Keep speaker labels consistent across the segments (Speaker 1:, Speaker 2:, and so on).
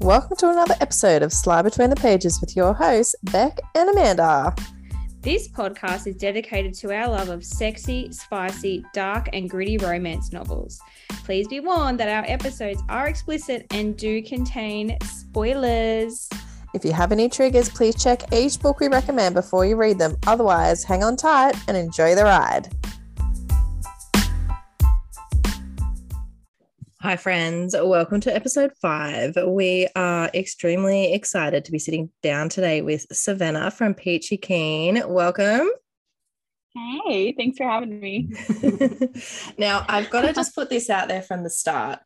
Speaker 1: Welcome to another episode of Sly Between the Pages with your hosts, Beck and Amanda.
Speaker 2: This podcast is dedicated to our love of sexy, spicy, dark, and gritty romance novels. Please be warned that our episodes are explicit and do contain spoilers.
Speaker 1: If you have any triggers, please check each book we recommend before you read them. Otherwise, hang on tight and enjoy the ride.
Speaker 3: Hi, friends. Welcome to episode five. We are extremely excited to be sitting down today with Savannah from Peachy Keen. Welcome.
Speaker 4: Hey, thanks for having me.
Speaker 3: now, I've got to just put this out there from the start.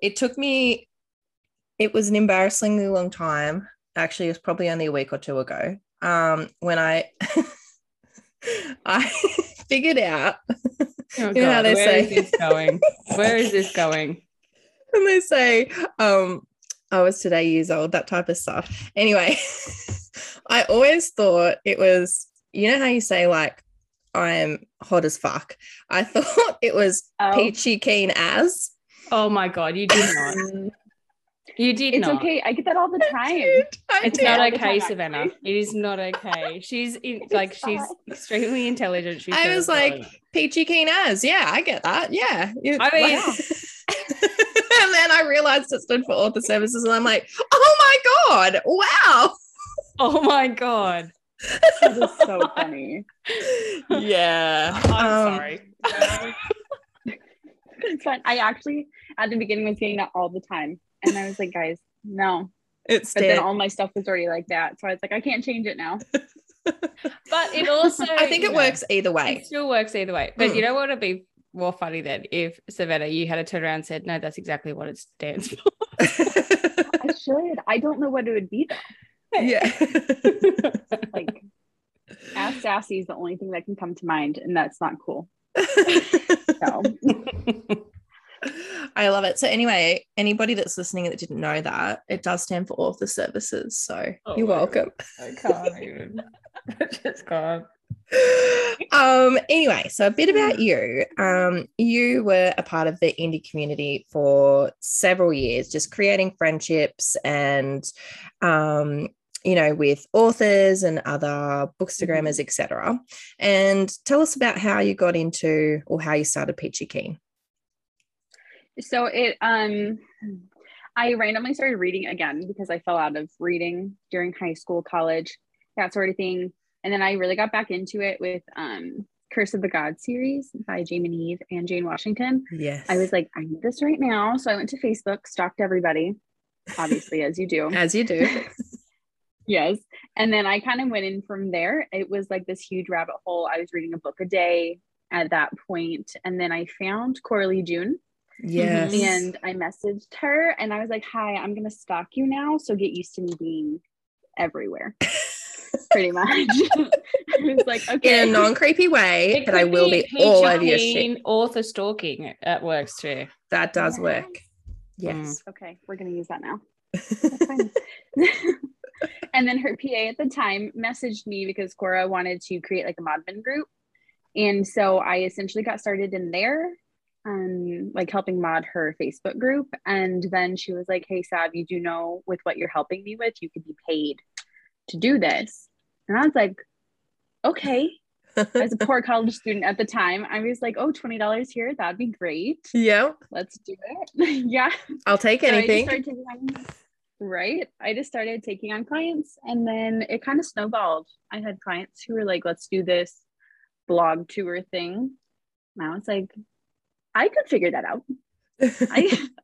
Speaker 3: It took me, it was an embarrassingly long time. Actually, it was probably only a week or two ago um, when I. I figured out,
Speaker 5: Oh,
Speaker 3: You know how
Speaker 5: God,
Speaker 3: they
Speaker 5: where is
Speaker 3: say-
Speaker 5: this going? Where is this going?
Speaker 3: and they say, um, I was today years old, that type of stuff. Anyway, I always thought it was, you know how you say like I'm hot as fuck. I thought it was
Speaker 4: Oh,
Speaker 3: peachy keen as.
Speaker 5: Oh my God, you did not.
Speaker 4: mm,
Speaker 5: You did
Speaker 4: it's
Speaker 5: not.
Speaker 4: okay. I get that all the time.
Speaker 3: Dude, I
Speaker 5: It's
Speaker 3: did.
Speaker 4: all
Speaker 5: not
Speaker 4: the
Speaker 5: okay,
Speaker 4: time,
Speaker 5: Savannah. It is not okay. She's in,
Speaker 4: It's
Speaker 5: like she's
Speaker 4: fine.
Speaker 5: extremely intelligent. She
Speaker 3: I
Speaker 5: said
Speaker 3: was
Speaker 5: it's not
Speaker 3: like-
Speaker 5: okay.
Speaker 3: peachy keen as. Yeah, I get that. Yeah. You-
Speaker 5: I mean-
Speaker 3: wow. and then I realized it stood for author services, and I'm like, oh my god, wow.
Speaker 5: oh my god.
Speaker 4: This is so funny.
Speaker 3: Yeah.
Speaker 5: I'm
Speaker 3: Um,
Speaker 5: sorry.
Speaker 4: It's fun. I actually at the beginning was getting that all the time, and I was like, guys, no.
Speaker 3: It's
Speaker 4: But
Speaker 3: dead.
Speaker 4: then all my stuff was already like that, so I was like, I can't change it now.
Speaker 5: But it also
Speaker 3: I think
Speaker 5: you
Speaker 3: it
Speaker 5: know,
Speaker 3: works either way.
Speaker 5: It still works either way. But
Speaker 3: Mm.
Speaker 5: you know what would be more funny then if Savannah, you had a turn around and said, No, that's exactly what it stands for.
Speaker 4: I should. I don't know what it would be though.
Speaker 3: yeah.
Speaker 4: Like, ass sassy is the only thing that can come to mind, and that's not cool. So
Speaker 3: I love it. So anyway, anybody that's listening that didn't know that, it does stand for author services. So
Speaker 5: Oh
Speaker 3: you're
Speaker 5: my
Speaker 3: welcome.
Speaker 5: I can't even. I just can't.
Speaker 3: Um anyway, so a bit about you. Um you were a part of the indie community for several years just creating friendships and um you know with authors and other bookstagrammers etc. And tell us about how you got into or how you started Peachy Keen.
Speaker 4: so it um i randomly started reading again because i fell out of reading during high school college that sort of thing and then i really got back into it with um curse of the god series by jamin eve and jane washington
Speaker 3: Yes.
Speaker 4: i was like i need this right now so i went to facebook stalked everybody obviously as you do
Speaker 3: as you do.
Speaker 4: Yes. And then I kind of went in from there. It was like this huge rabbit hole. I was reading a book a day at that point, And then I found Coralie June
Speaker 3: Yes.
Speaker 4: Mm-hmm. and I messaged her and I was like, Hi, I'm going to stalk you now. So get used to me being everywhere. Pretty much. I was like, Okay.
Speaker 3: in a non creepy way,
Speaker 5: It
Speaker 3: but I
Speaker 5: could
Speaker 3: will be,
Speaker 5: peachy
Speaker 3: all over your shit.
Speaker 5: keen Author stalking at works too.
Speaker 3: That does
Speaker 4: Yeah.
Speaker 3: work. Yes.
Speaker 4: okay, we're going to use that now. That's fine. and then her PA at the time messaged me because Cora wanted to create like a modmin group. And so I essentially got started in there, um, like helping mod her Facebook group. And then she was like, Hey, Sav, you do know with what you're helping me with, you could be paid to do this. And I was like, Okay.
Speaker 3: Mm.
Speaker 4: As a poor college student at the time, I was like, Oh, $20 here. That'd be great.
Speaker 3: yeah,
Speaker 4: Let's do it. yeah.
Speaker 3: I'll take
Speaker 4: So I just
Speaker 3: anything.
Speaker 4: started taking on- right. I just started taking on clients and then it kind of snowballed. I had clients who were like, let's do this blog tour thing. And I was like, I could figure that out. I,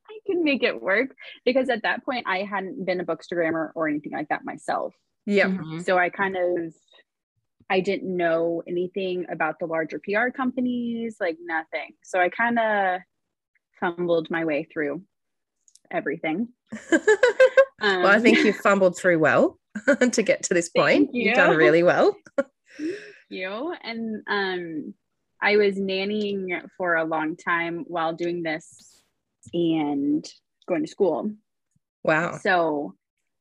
Speaker 4: I can make it work because at that point I hadn't been a bookstagrammer or anything like that myself.
Speaker 3: yep.
Speaker 5: Mhm.
Speaker 4: So I kind of I didn't know anything about the larger PR companies, like nothing. So I kind of fumbled my way through everything. Um,
Speaker 3: well, I think you fumbled through well to get to this point.
Speaker 4: Thank
Speaker 3: You've done
Speaker 4: you.
Speaker 3: really well.
Speaker 4: you and um, I was nannying for a long time while doing this and going to school.
Speaker 3: Wow.
Speaker 4: So,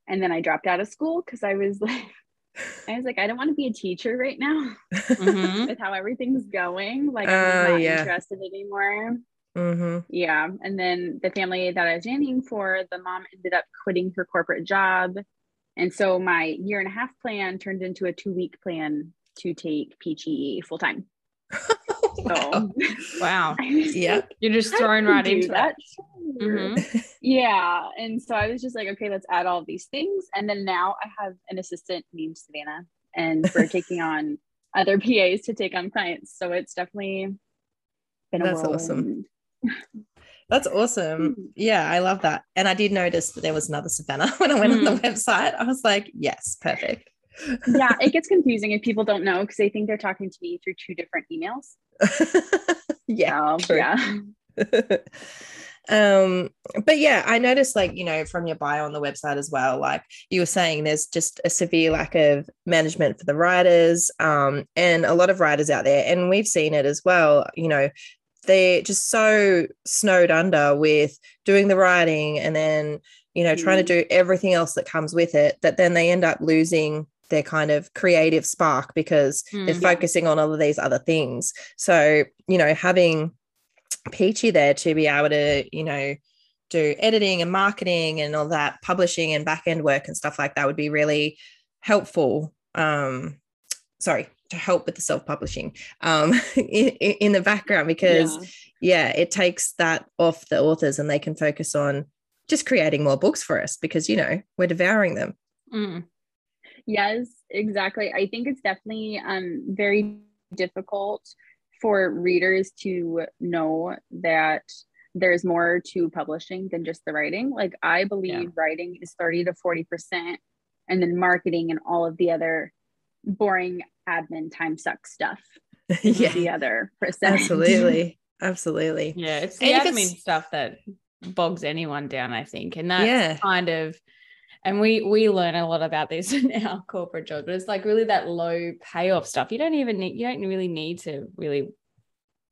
Speaker 4: and then I dropped out of school because I was like, I was like, I don't want to be a teacher right now
Speaker 5: Mhm.
Speaker 4: with how everything's going. Like,
Speaker 3: Uh,
Speaker 4: I'm not
Speaker 3: Hmm? yeah.
Speaker 4: interested anymore.
Speaker 3: Mm-hmm.
Speaker 4: Yeah. And then the family that I was nannying for, the mom ended up quitting her corporate job. And so my year and a half plan turned into a two week plan to take PTE full time. Oh, So
Speaker 5: Wow.
Speaker 4: I was
Speaker 3: Yeah.
Speaker 5: You're just
Speaker 4: like, I
Speaker 5: thrown
Speaker 4: can
Speaker 5: right
Speaker 4: do
Speaker 5: into Mm-hmm. that.
Speaker 4: that. Sure. Yeah. And so I was just like, okay, let's add all these things. And then now I have an assistant named Savannah, and we're taking on other PAs to take on clients. So it's definitely been a
Speaker 3: That's awesome.
Speaker 4: whirlwind.
Speaker 3: That's
Speaker 4: Hmm.
Speaker 3: awesome. Yeah, I love that. And I did notice that there was another Savannah when I went on
Speaker 4: Hmm.
Speaker 3: the website. I was like, yes, perfect.
Speaker 4: yeah, it gets confusing if people don't know because they think they're talking to me through two different emails.
Speaker 3: yeah.
Speaker 4: So,
Speaker 3: true.
Speaker 4: yeah.
Speaker 3: um but yeah i noticed like you know from your bio on the website as well like you were saying there's just a severe lack of management for the writers um and a lot of writers out there and we've seen it as well you know they're just so snowed under with doing the writing and then you know trying to do everything else that comes with it that then they end up losing their kind of creative spark because they're
Speaker 4: Mm-hmm.
Speaker 5: Mm.
Speaker 3: focusing on all of these other things so you know having peachy there to be able to you know do editing and marketing and all that publishing and back end work and stuff like that would be really helpful um sorry to help with the self publishing um in, in the background because yeah,
Speaker 4: Yeah.
Speaker 3: it takes that off the authors and they can focus on just creating more books for us because, you know, we're devouring them.
Speaker 5: Mm.
Speaker 4: Yes, exactly. I think it's definitely um, very difficult for readers to know that there's more to publishing than just the writing. Like, I believe writing is 30 to 40%, and then marketing and all of the other boring admin time suck stuff. is
Speaker 3: yeah,
Speaker 4: The other percent.
Speaker 3: absolutely. Absolutely.
Speaker 5: Yeah. It's
Speaker 3: And
Speaker 5: the
Speaker 3: you can
Speaker 5: admin
Speaker 3: s-
Speaker 5: stuff that bogs anyone down, I think. And that's
Speaker 3: Yeah.
Speaker 5: kind of and we we learn a lot about this in our corporate jobs, but it's like really that low payoff stuff. You don't even need you don't really need to really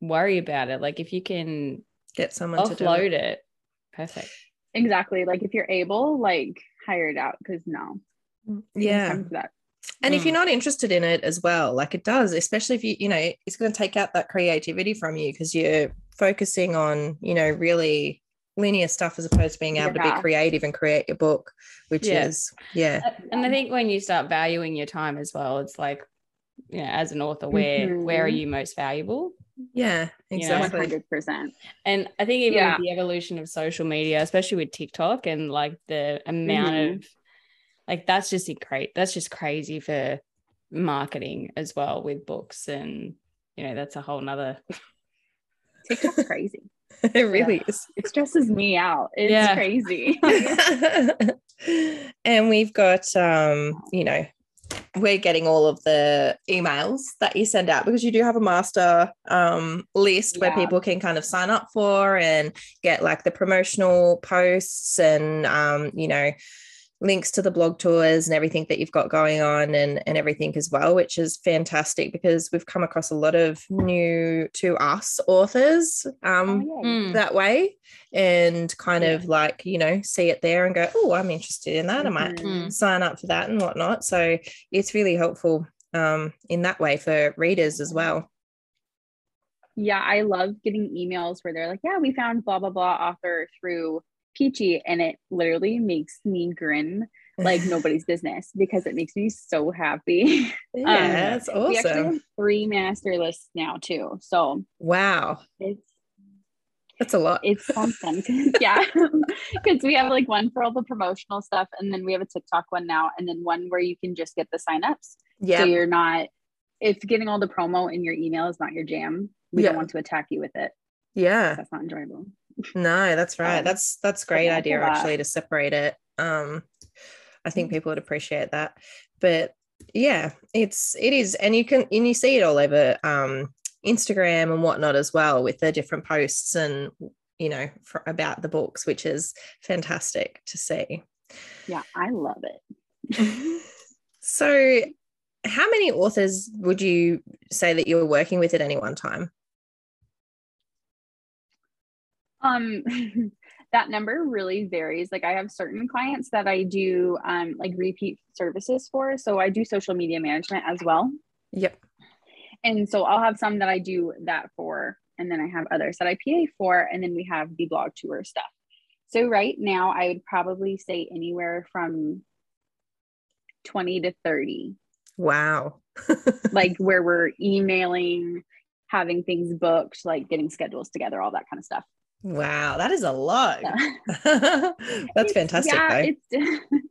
Speaker 5: worry about it. Like if you can
Speaker 3: Get someone to do
Speaker 5: offload
Speaker 3: it.
Speaker 5: it. perfect.
Speaker 4: Exactly. Like, if you're able, like, hire it out because no.
Speaker 3: Yeah.
Speaker 4: Sometimes That.
Speaker 3: And if
Speaker 5: Mm.
Speaker 3: you're not interested in it as well, like it does, especially if you, you know, it's going to take out that creativity from you because you're focusing on, you know, really linear stuff as opposed to being able to
Speaker 4: Yeah.
Speaker 3: be creative and create your book, which
Speaker 5: Yeah.
Speaker 3: is, yeah.
Speaker 5: Uh, And I think when you start valuing your time as well, it's like, you know, as an author, where where are
Speaker 4: Mhm.
Speaker 5: you most valuable?
Speaker 3: Yeah.
Speaker 5: You know,
Speaker 3: Exactly.
Speaker 4: 100%.
Speaker 5: And I think even
Speaker 4: Yeah.
Speaker 5: with the evolution of social media, especially with TikTok and like the amount
Speaker 4: Mhm.
Speaker 5: of like that's just great. That's just crazy for marketing as well with books and you know that's a whole nother
Speaker 4: TikTok's crazy.
Speaker 3: it really is.
Speaker 4: It stresses me out. It's
Speaker 5: Yeah.
Speaker 4: crazy.
Speaker 3: Um, and we've got um you know we're getting all of the emails that you send out because you do have a master um list where
Speaker 4: Yeah.
Speaker 3: people can kind of sign up for and get like the promotional posts and um you know links to the blog tours and everything that you've got going on and and everything as well which is fantastic because we've come across a lot of new to us authors um
Speaker 4: Oh, yay.
Speaker 2: hmm.
Speaker 5: Mm.
Speaker 3: that way and kind of like you know see it there and go oh i'm interested in that i might
Speaker 4: Mhm.
Speaker 3: sign up for that and whatnot so it's really helpful um in that way for readers as well
Speaker 4: Yeah, I love getting emails where they're like, yeah, we found blah, blah, blah author through Peachy. And it literally makes me grin like nobody's business because it makes me so happy.
Speaker 3: yeah
Speaker 4: um,
Speaker 3: that's
Speaker 4: We actually
Speaker 3: awesome
Speaker 4: have three master lists now, too. So
Speaker 3: wow
Speaker 4: it's
Speaker 3: that's a lot
Speaker 4: it's something. yeah. Because we have like one for all the promotional stuff, and then we have a TikTok one now, and then one where you can just get the signups. So
Speaker 3: yeah
Speaker 4: you're not, if getting all the promo in your email is not your jam, we
Speaker 3: Yeah.
Speaker 4: don't want to attack you with it.
Speaker 3: yeah
Speaker 4: That's not enjoyable.
Speaker 3: no that's right
Speaker 4: Um,
Speaker 3: that's that's a Mm-hmm. great
Speaker 4: yeah, I
Speaker 3: idea
Speaker 4: feel that.
Speaker 3: actually to separate it um i think people would appreciate that but yeah it's it is and you can and you see it all over um instagram and whatnot as well with the different posts and you know for, about the books which is fantastic to see
Speaker 4: Yeah, I love it.
Speaker 3: Mm-hmm. so how many authors would you say that you're working with at any one time
Speaker 4: Um, that number really varies. Like I have certain clients that I do um, like repeat services for. So I do social media management as well.
Speaker 3: yep
Speaker 4: And so I'll have some that I do that for and then I have others that I PA for, and then we have the blog tour stuff. So right now, I would probably say anywhere from 20 to 30,
Speaker 3: Wow.
Speaker 4: like where we're emailing, having things booked, like getting schedules together, all that kind of stuff.
Speaker 3: Wow. That is a lot.
Speaker 4: So-
Speaker 3: That's
Speaker 4: It's-
Speaker 3: fantastic.
Speaker 4: Yeah,
Speaker 3: though.
Speaker 4: it's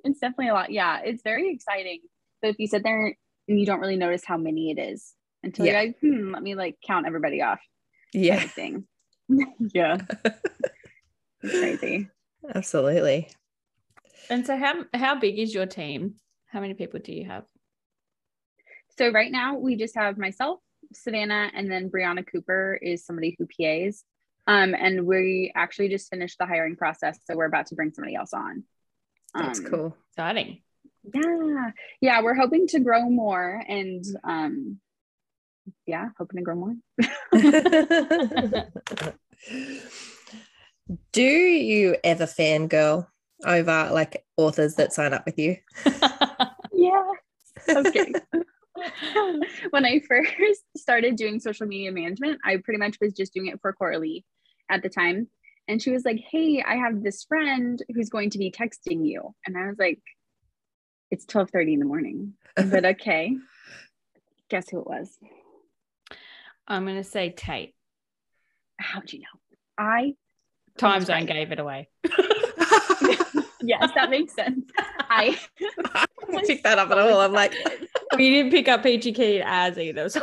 Speaker 4: it's definitely a lot. Yeah, it's very exciting. But if you sit there and you don't really notice how many it is until
Speaker 3: Yeah.
Speaker 4: you're like, hmm, let me like count everybody off.
Speaker 3: yeah.
Speaker 4: Kind of thing. yeah. It's crazy.
Speaker 3: Absolutely.
Speaker 5: And so, how how big is your team? How many people do you have?
Speaker 4: So right now we just have myself, Savannah, and then Brianna Cooper is somebody who PAs. Um, and we actually just finished the hiring process, so we're about to bring somebody else on.
Speaker 3: That's
Speaker 4: Um,
Speaker 3: cool.
Speaker 5: Exciting.
Speaker 4: Yeah, yeah, we're hoping to grow more, and um, yeah, hoping to grow more.
Speaker 3: Do you ever fangirl over like authors that sign up with you?
Speaker 4: Yeah. Okay. when I first started doing social media management, I pretty much was just doing it for Coralie at the time. And she was like, Hey, I have this friend who's going to be texting you. And I was like, It's 12 30 in the morning. But okay. Guess who it was?
Speaker 5: I'm gonna say Tate.
Speaker 4: How'd you know? I
Speaker 5: Time
Speaker 4: That's
Speaker 5: zone
Speaker 4: right.
Speaker 5: gave it away.
Speaker 4: yes, that makes sense. I
Speaker 3: Pick that up at all. I'm like,
Speaker 5: We didn't pick up Peachy Keen as either. So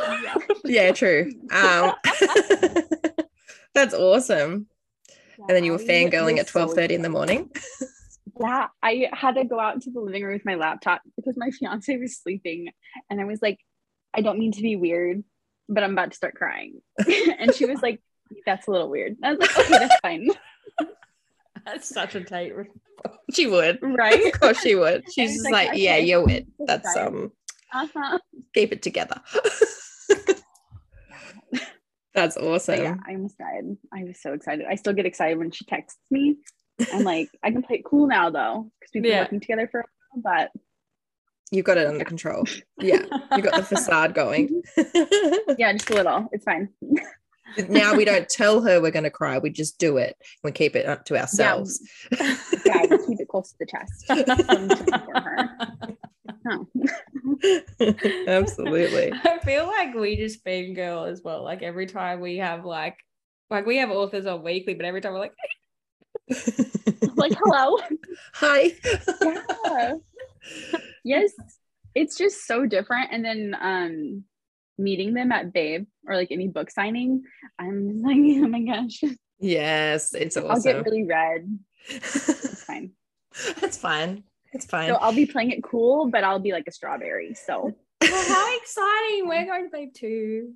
Speaker 3: yeah, true. Um, that's awesome. And then you were fangirling at 12:30 in the morning.
Speaker 4: Yeah, I had to go out into the living room with my laptop because my fiance was sleeping. And I was like, I don't mean to be weird, but I'm about to start crying. and she was like, That's a little weird. I was like, Okay, that's fine.
Speaker 5: That's such a Tate. re-
Speaker 3: She would.
Speaker 4: Right?
Speaker 3: Of course she would. She's
Speaker 4: was
Speaker 3: just like,
Speaker 4: like,
Speaker 3: yeah,
Speaker 4: okay.
Speaker 3: you're it.
Speaker 4: That's
Speaker 3: That's
Speaker 4: fine.
Speaker 3: um
Speaker 4: Uh huh.
Speaker 3: keep it together. That's awesome.
Speaker 4: But yeah, I almost died. I was so excited. I still get excited when she texts me. I'm like, I can play it cool now though, because we've been
Speaker 5: Yeah.
Speaker 4: working together for a while.
Speaker 3: You've got it under control. Yeah. You got the facade going.
Speaker 4: But yeah, just a little. It's fine.
Speaker 3: now we don't tell her we're going to cry. We just do it. We keep it up to ourselves.
Speaker 4: Yeah, we keep it close to the chest. inform her. No.
Speaker 3: Absolutely.
Speaker 5: I feel like we just fangirl as well. Like every time we have like like we have authors on weekly, but every time we're like,
Speaker 4: like, hello.
Speaker 3: Hi.
Speaker 4: yeah. yes it's just so different and then um meeting them at babe or like any book signing i'm like oh my gosh
Speaker 3: Yes, it's
Speaker 4: i'll
Speaker 3: awesome.
Speaker 4: get really red it's fine
Speaker 3: That's fine. It's fine.
Speaker 4: so i'll be playing it cool but i'll be like a strawberry so
Speaker 5: well, how exciting! We're going to play two.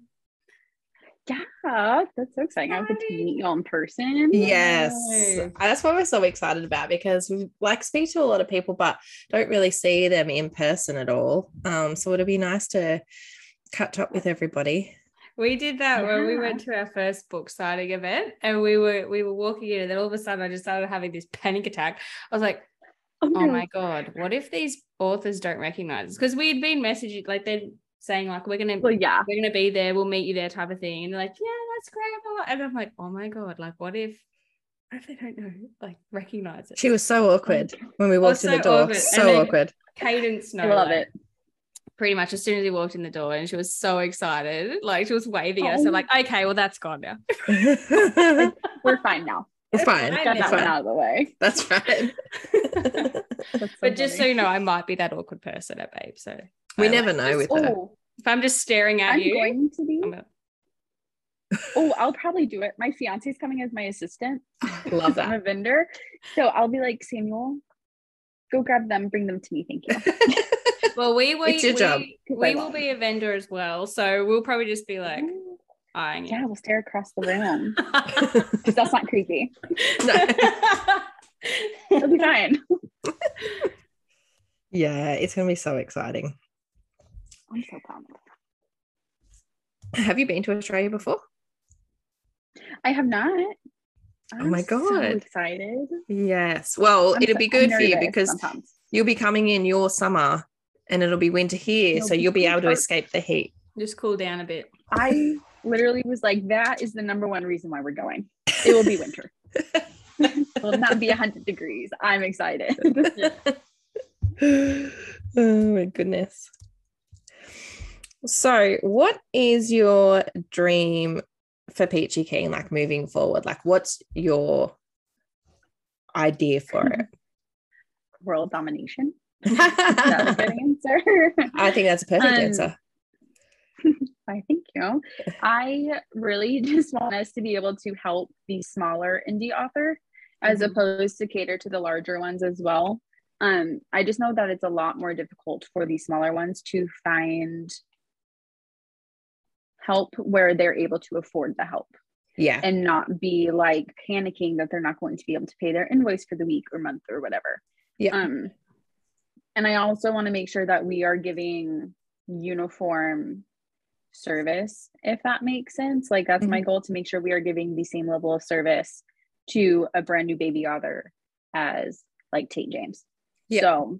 Speaker 4: yeah that's so exciting i get to meet you all in person
Speaker 3: Yes.
Speaker 5: Nice.
Speaker 3: That's what we're so excited about because we like speak to a lot of people but don't really see them in person at all. Um, so it'll be nice to catch up with everybody.
Speaker 5: We did that when we
Speaker 4: Yeah.
Speaker 5: went to our first book signing event, and we were we were walking in, and then all of a sudden, I just started having this panic attack. I was like, "Oh
Speaker 4: no.
Speaker 5: my god, what if these authors don't recognize us?" Because we had been messaging, like they're saying, like we're gonna
Speaker 4: well yeah
Speaker 5: we're gonna be there, we'll meet you there, type of thing, and they're like, "Yeah, that's great." blah, blah." And I'm like, "Oh my god, like what if what if they don't know, like recognize it?"
Speaker 3: She was so awkward when we walked in
Speaker 5: so
Speaker 3: the door.
Speaker 5: awkward. And
Speaker 3: So
Speaker 5: then-
Speaker 3: awkward.
Speaker 5: Cadence, no,
Speaker 4: i love
Speaker 5: like,
Speaker 4: it
Speaker 5: pretty much as soon as he walked in the door and she was so excited like she was waving at us so
Speaker 4: Oh.
Speaker 5: like okay well that's gone now
Speaker 3: it's
Speaker 4: we're fine now
Speaker 3: fine.
Speaker 5: I
Speaker 4: got
Speaker 5: know.
Speaker 3: It's
Speaker 4: that one
Speaker 3: fine.
Speaker 4: out of the way
Speaker 3: That's right.
Speaker 4: That's so
Speaker 5: but just so
Speaker 4: funny.
Speaker 5: you know i might be that awkward person at babe so
Speaker 3: we
Speaker 5: I
Speaker 3: never
Speaker 5: like-
Speaker 3: know with her.
Speaker 4: oh
Speaker 5: if i'm just staring at
Speaker 4: i'm
Speaker 5: you
Speaker 4: going to be
Speaker 5: I'm gonna-
Speaker 4: oh i'll probably do it my fiance's coming as my assistant
Speaker 3: Love
Speaker 4: I'm
Speaker 3: that.
Speaker 4: a vendor. So I'll be like, Samuel, go grab them, bring them to me. Thank you.
Speaker 5: well we we,
Speaker 3: It's your
Speaker 5: we,
Speaker 3: job.
Speaker 5: we will be a vendor as well so we'll probably just be like eyeing
Speaker 4: yeah,
Speaker 5: you.
Speaker 4: we'll stare across the room. 'Cause that's not creepy. It'll be fine.
Speaker 3: yeah, it's gonna be so exciting.
Speaker 4: I'm so pumped.
Speaker 3: Have you been to Australia before?
Speaker 4: I have not.
Speaker 3: Oh my
Speaker 4: So
Speaker 3: God.
Speaker 4: excited.
Speaker 3: Yes. Well,
Speaker 4: I'm
Speaker 3: it'll
Speaker 4: so-
Speaker 3: be good
Speaker 4: I'm
Speaker 3: for you
Speaker 4: nervous.
Speaker 3: because
Speaker 4: I'm pumped.
Speaker 3: you'll be coming in your summer and it'll be winter here
Speaker 4: It'll
Speaker 3: so
Speaker 4: be
Speaker 3: you'll be able to
Speaker 4: perfect.
Speaker 3: escape the heat
Speaker 5: just cool down a bit
Speaker 4: I literally was like, that is the number one reason why we're going. It will be winter. it will not be 100 degrees. I'm excited.
Speaker 3: oh my goodness. So, what is your dream for Peachy Keen like moving forward? Like, what's your idea for it?
Speaker 4: World domination. That was a
Speaker 3: I
Speaker 4: good answer.
Speaker 3: think that's a perfect
Speaker 4: Um,
Speaker 3: answer.
Speaker 4: I think you know. I really just want us to be able to help the smaller indie author as opposed to cater to the larger ones as well. Um, I just know that it's a lot more difficult for the smaller ones to find help where they're able to afford the help
Speaker 3: Yeah.
Speaker 4: and not be like panicking that they're not going to be able to pay their invoice for the week or month or whatever.
Speaker 3: Yeah.
Speaker 4: Um, and I also want to make sure that we are giving uniform service, if that makes sense. Like that's
Speaker 3: Mm-hmm.
Speaker 4: my goal to make sure we are giving the same level of service to a brand new baby author as like Tate James.
Speaker 3: Yeah.
Speaker 4: So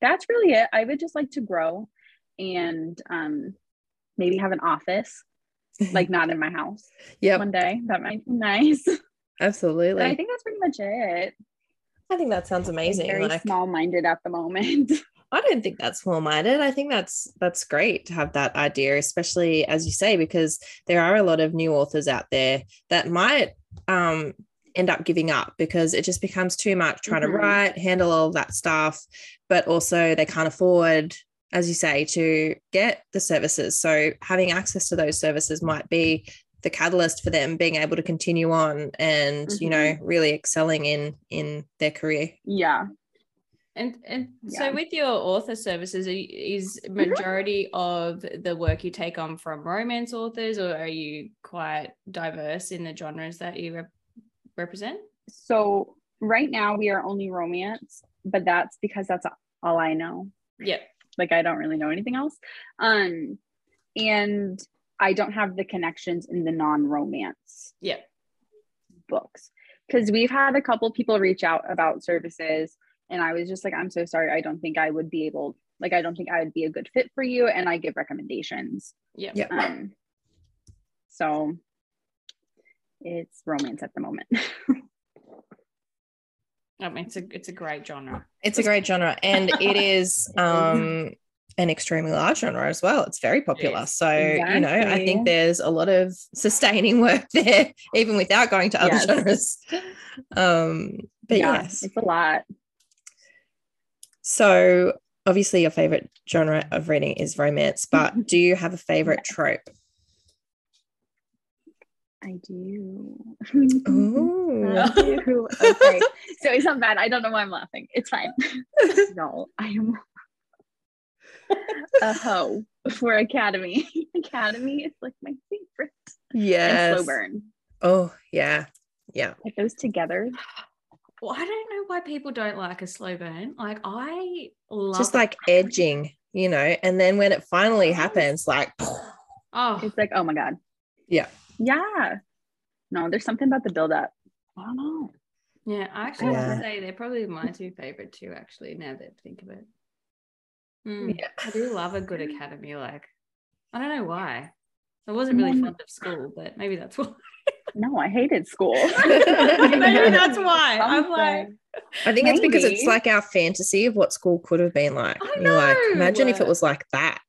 Speaker 4: that's really it. I would just like to grow and um, maybe have an office, like not in my house
Speaker 3: Yep.
Speaker 4: one day. That might be nice. But
Speaker 3: Absolutely.
Speaker 4: I think that's pretty much it.
Speaker 3: I think that sounds amazing.
Speaker 4: Very
Speaker 3: like,
Speaker 4: small minded at the moment.
Speaker 3: I don't think that's small-minded. I think that's that's great to have that idea, especially as you say, because there are a lot of new authors out there that might um, end up giving up because it just becomes too much trying
Speaker 4: Mhm.
Speaker 3: to write, handle all that stuff, but also they can't afford, as you say, to get the services. So having access to those services might be the catalyst for them being able to continue on and you know really excelling in in their career.
Speaker 4: yeah.
Speaker 5: And and
Speaker 4: Yeah.
Speaker 5: so with your author services, are you- is majority of the work you take on from romance authors, or are you quite diverse in the genres that you rep- represent?
Speaker 4: So right now we are only romance, but that's because that's all I know.
Speaker 5: Yeah.
Speaker 4: Like I don't really know anything else. Um and I don't have the connections in the non-romance
Speaker 5: Yeah.
Speaker 4: books. Cause we've had a couple people reach out about services and I was just like, I'm so sorry. I don't think I would be able like I don't think I would be a good fit for you. And I give recommendations.
Speaker 5: Yeah.
Speaker 3: Yeah.
Speaker 4: Um, so it's romance at the moment.
Speaker 5: I mean, it's a it's a great genre.
Speaker 3: It's a great genre and it is um an extremely large genre as well. It's very popular.
Speaker 5: is.
Speaker 3: So, you know, I
Speaker 4: Exactly.
Speaker 3: think there's a lot of sustaining work there, even without going to other
Speaker 4: Yes.
Speaker 3: genres. Um, but
Speaker 4: Yeah,
Speaker 3: yes.
Speaker 4: it's a lot.
Speaker 3: So obviously your favorite genre of reading is romance,
Speaker 4: Mm-hmm.
Speaker 3: but do you have a favorite trope?
Speaker 4: I do. Mm-hmm.
Speaker 3: Ooh.
Speaker 4: I do. Okay. So it's not bad. I don't know why I'm laughing. It's fine. No, I am a hoe for Academy. Academy is like my favorite. And
Speaker 3: Yes.
Speaker 4: slow burn.
Speaker 3: Oh, yeah. Yeah.
Speaker 4: Put those together.
Speaker 5: Well, I don't know why people don't like a slow burn. Like I love
Speaker 3: Just
Speaker 5: it.
Speaker 3: like edging, you know, and then when it finally happens, like
Speaker 5: oh
Speaker 4: It's like, oh my God.
Speaker 3: Yeah.
Speaker 4: Yeah. No, there's something about the buildup. I don't know.
Speaker 5: yeah, I actually have
Speaker 3: Yeah.
Speaker 5: to say they're probably my two favorite too. Actually, now that I think of it, Mm,
Speaker 3: Yeah.
Speaker 5: I do love a good academy. Like I don't know why. I wasn't really
Speaker 4: Mm.
Speaker 5: fond of school, but maybe that's why.
Speaker 4: No, I hated school.
Speaker 5: Maybe that's why. I'm
Speaker 4: Something.
Speaker 5: like,
Speaker 3: I think it's because it's
Speaker 4: Maybe.
Speaker 3: like our fantasy of what school could have been like.
Speaker 5: I
Speaker 3: You're like,
Speaker 5: know.
Speaker 3: imagine if it was like that,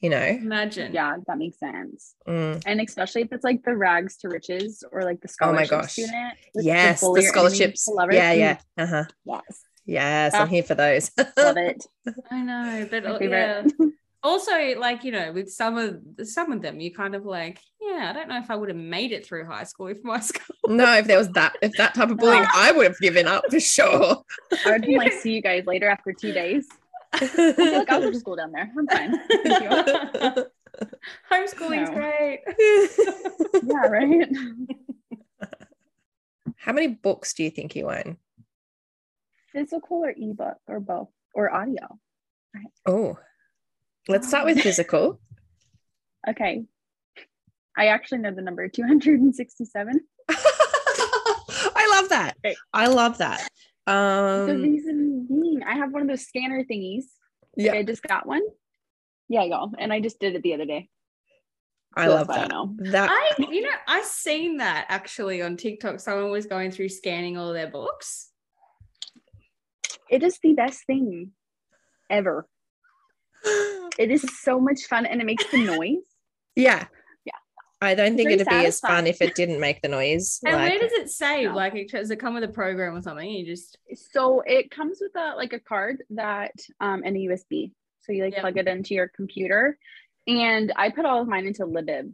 Speaker 3: you know?
Speaker 5: imagine.
Speaker 4: yeah, that makes sense.
Speaker 3: Mm.
Speaker 4: and especially if it's like the rags to riches or like the
Speaker 3: Oh
Speaker 4: scholarship
Speaker 3: my gosh.
Speaker 4: student. with
Speaker 3: Yes,
Speaker 4: full
Speaker 3: the
Speaker 4: year enemies
Speaker 3: scholarships.
Speaker 4: to lovers.
Speaker 3: Yeah,
Speaker 4: Mm,
Speaker 3: yeah. Uh huh.
Speaker 4: yes,
Speaker 3: Yes,
Speaker 4: Ah.
Speaker 3: I'm here for those.
Speaker 4: love it.
Speaker 5: I know, but
Speaker 4: My
Speaker 5: uh, yeah.
Speaker 4: favorite.
Speaker 5: Also, like you know, with some of some of them, you kind of like, yeah, I don't know if I would have made it through high school if my school.
Speaker 3: no, if there was that, if that type of bullying, I would have given up for sure.
Speaker 4: I would like see you guys later after two days. I feel like I'll go to school down there. I'm fine. Thank you.
Speaker 5: Homeschooling's
Speaker 4: No.
Speaker 5: great.
Speaker 4: Yeah, right.
Speaker 3: How many books do you think you own?
Speaker 4: Physical or ebook or both or audio.
Speaker 3: Oh, let's start with physical.
Speaker 4: Okay. I actually know the number 267.
Speaker 3: I love that.
Speaker 4: Great.
Speaker 3: I love that.
Speaker 4: the
Speaker 3: Um,
Speaker 4: reason being, I have one of those scanner thingies.
Speaker 3: yeah.
Speaker 4: I just got one. Yeah, y'all. And I just did it the other day.
Speaker 3: I
Speaker 4: Good
Speaker 3: love that.
Speaker 4: vinyl.
Speaker 3: That
Speaker 5: I, you know, I seen that actually on TikTok. Someone was going through scanning all their books.
Speaker 4: It is the best thing ever. It is so much fun and it makes the noise.
Speaker 3: yeah.
Speaker 4: Yeah.
Speaker 3: I don't think
Speaker 4: Very
Speaker 3: it'd be as fun
Speaker 4: satisfying.
Speaker 3: if it didn't make the noise.
Speaker 5: And
Speaker 3: like-
Speaker 5: where does it save?
Speaker 4: No.
Speaker 5: Like, it, does it come with a program or something? You just
Speaker 4: So it comes with a like a card that um and a USB. So you like
Speaker 5: Yep.
Speaker 4: plug it into your computer. And I put all of mine into Libib.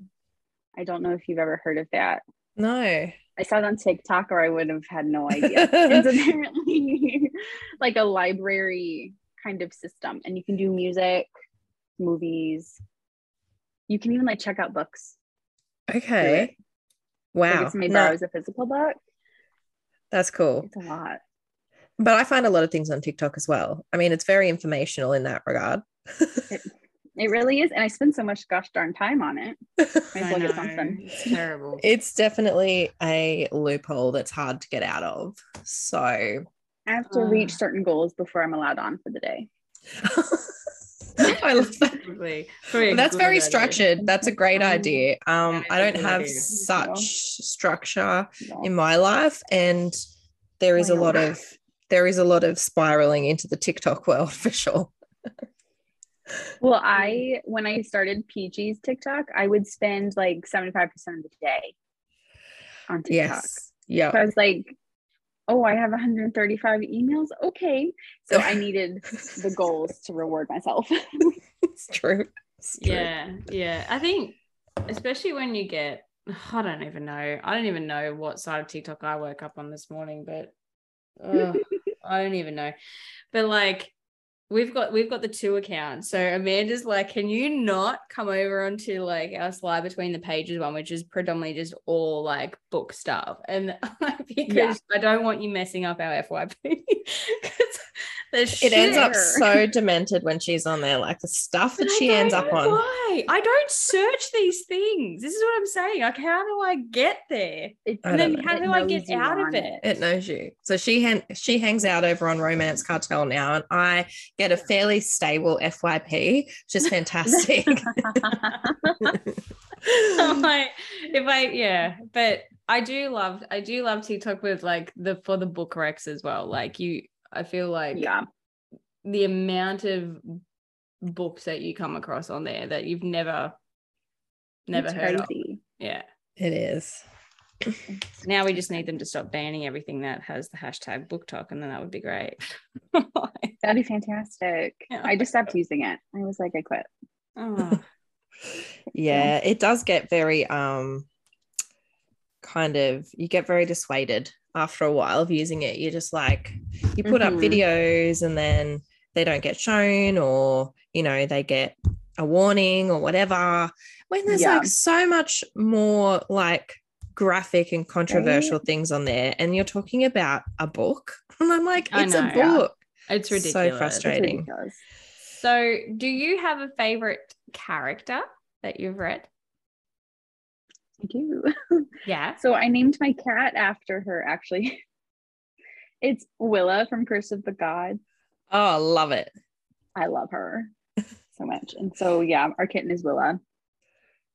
Speaker 4: I don't know if you've ever heard of that.
Speaker 3: no.
Speaker 4: I saw it on TikTok or I would have had no idea. it's apparently like a library kind of system and you can do music, movies. You can even like check out books.
Speaker 3: okay.
Speaker 4: Like,
Speaker 3: Wow.
Speaker 4: if somebody
Speaker 3: No,
Speaker 4: borrows a physical book,
Speaker 3: that's cool.
Speaker 4: it's a lot.
Speaker 3: But I find a lot of things on TikTok as well. I mean, it's very informational in that regard.
Speaker 4: It really is. And I spend so much gosh darn time on it. Might as well get something.
Speaker 5: It's terrible.
Speaker 3: It's definitely a loophole that's hard to get out of. So
Speaker 4: I have to
Speaker 5: Ah.
Speaker 4: reach certain goals before I'm allowed on for the day.
Speaker 3: I love that.
Speaker 5: Probably-
Speaker 3: Well,
Speaker 5: probably a
Speaker 3: that's
Speaker 5: good
Speaker 3: very
Speaker 5: idea. Mm-hmm.
Speaker 3: structured. That's a great
Speaker 4: Um,
Speaker 3: idea. Um,
Speaker 5: yeah,
Speaker 3: I don't
Speaker 5: good
Speaker 3: have
Speaker 5: idea.
Speaker 3: such structure
Speaker 4: No.
Speaker 3: in my life, and there is a
Speaker 5: Oh,
Speaker 4: Why
Speaker 3: lot
Speaker 4: not?
Speaker 3: of there is a lot of spiraling into the TikTok world for sure.
Speaker 4: Well, I when I started PG's TikTok, I would spend like 75% of the day on TikTok.
Speaker 3: Yes. Yeah.
Speaker 4: So I was like, oh, I have 135 emails. Okay. So I needed the goals to reward myself.
Speaker 3: It's true. It's true.
Speaker 5: Yeah, yeah. I think especially when you get, I don't even know. I don't even know what side of TikTok I woke up on this morning, but ugh, I don't even know. But like, we've got we've got the two accounts. So Amanda's like, can you not come over onto like our slide between the pages one, which is predominantly just all like book stuff, and because
Speaker 4: Yeah.
Speaker 5: I don't want you messing up our FYP. 'Cause there's
Speaker 3: It ends up
Speaker 5: shit.
Speaker 3: so demented when she's on there, like the stuff that
Speaker 5: But I
Speaker 3: she ends
Speaker 5: don't
Speaker 3: up
Speaker 5: know
Speaker 3: on.
Speaker 5: Why? I don't search these things. This is what I'm saying. Like, how do I get there?
Speaker 4: It-
Speaker 3: I don't
Speaker 5: And then
Speaker 3: know.
Speaker 5: how
Speaker 4: It
Speaker 5: do I
Speaker 4: knows
Speaker 5: get
Speaker 4: you
Speaker 5: out of
Speaker 4: want
Speaker 5: it?
Speaker 3: It knows you. So she han- she hangs out over on Romance Cartel now, and I get a fairly stable FYP, which is fantastic.
Speaker 5: I'm like, if I, yeah, but I do love, I do love TikTok with like the for the book recs as well. Like you, I feel like
Speaker 4: yeah.
Speaker 5: the amount of books that you come across on there that you've never, never
Speaker 4: It's
Speaker 5: heard of.
Speaker 4: crazy.
Speaker 5: Yeah.
Speaker 3: it is.
Speaker 5: Now we just need them to stop banning everything that has the hashtag book talk, and then that would be great.
Speaker 4: That'd be fantastic.
Speaker 5: Yeah.
Speaker 4: I just stopped using it. I was like, I quit.
Speaker 5: Oh.
Speaker 3: Yeah, it does get very um kind of you get very dissuaded after a while of using it. You're just like you put up
Speaker 4: Mhm.
Speaker 3: videos and then they don't get shown or you know they get a warning or whatever. When there's
Speaker 4: Yeah.
Speaker 3: like so much more like graphic and controversial things on there and you're talking about a book. And I'm like,
Speaker 5: I
Speaker 3: it's
Speaker 5: know.
Speaker 3: a
Speaker 4: Yeah.
Speaker 3: book.
Speaker 5: It's
Speaker 3: So
Speaker 5: ridiculous.
Speaker 4: It's
Speaker 3: frustrating. Rating.
Speaker 4: ridiculous.
Speaker 5: So, do you have a favorite character that you've read?
Speaker 4: I do.
Speaker 5: Yeah.
Speaker 4: So I named my cat after her, actually. It's Willa from Curse of the Gods.
Speaker 3: Oh, I love it.
Speaker 4: I love her so much. And so, yeah, our kitten is Willa.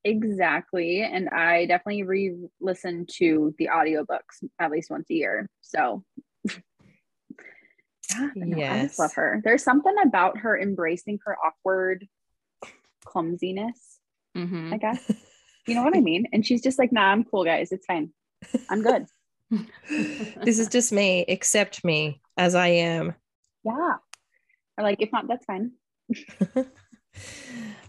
Speaker 4: Exactly. And I definitely re listen to the audiobooks at least once a year. So, yeah, I know, I just love
Speaker 3: Yes.
Speaker 4: her. There's something about her embracing her awkward clumsiness,
Speaker 5: Mm-hmm.
Speaker 4: I guess. You know what I mean? And she's just like, nah, I'm cool, guys. It's fine. I'm good.
Speaker 3: this is just me. Accept me as I am.
Speaker 4: Yeah. Or like, if not, that's fine.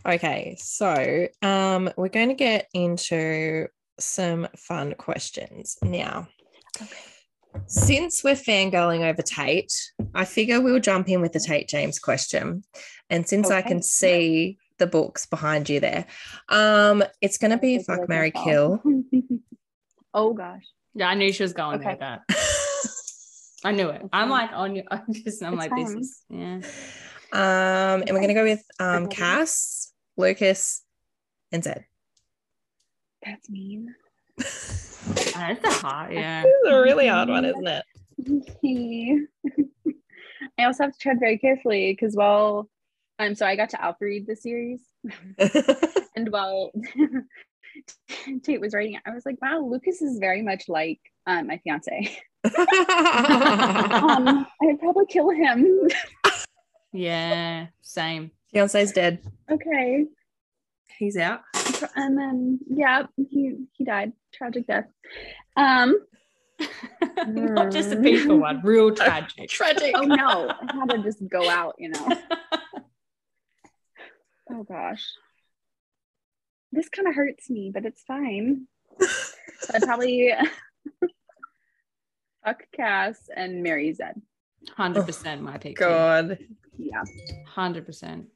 Speaker 3: okay, so um, we're going to get into some fun questions now. Since we're fangirling over Tate, I figure we'll jump in with the Tate James question. And since I
Speaker 4: Okay.
Speaker 3: can see the books behind you there, um, it's going to be
Speaker 4: Take a look
Speaker 3: fuck, Mary
Speaker 4: myself.
Speaker 3: kill.
Speaker 4: oh gosh.
Speaker 5: Yeah, I knew she was going there with
Speaker 4: Okay.
Speaker 5: that. I knew it. I'm like on you. I'm just. I'm
Speaker 4: It's
Speaker 5: like this
Speaker 4: fine.
Speaker 5: is. Yeah.
Speaker 3: Um, and we're going to go with um,
Speaker 4: Okay.
Speaker 3: Cass, Lucas, and Zed.
Speaker 4: That's mean.
Speaker 5: Uh, It's a hard. Yeah.
Speaker 3: It's a really hard one, isn't it?
Speaker 4: Okay. I also have to tread very carefully because while um so I got to alpha read the series and while Tate was writing it, I was like, wow, Lucas is very much like um, my fiance.
Speaker 5: yeah,
Speaker 4: Um, I'd probably kill him.
Speaker 5: same.
Speaker 3: Fiance's dead.
Speaker 4: okay.
Speaker 5: He's out.
Speaker 4: And then yeah, he he died. Tragic death. Um
Speaker 5: Not just a peaceful one, real tragic.
Speaker 3: Tragic.
Speaker 4: oh no, I had to just go out, you know. Oh gosh. This kind of hurts me, but it's fine. So I probably fuck Cass and marry Zed.
Speaker 5: Hundred percent, my pick.
Speaker 3: God.
Speaker 4: Yeah.
Speaker 5: Hundred percent.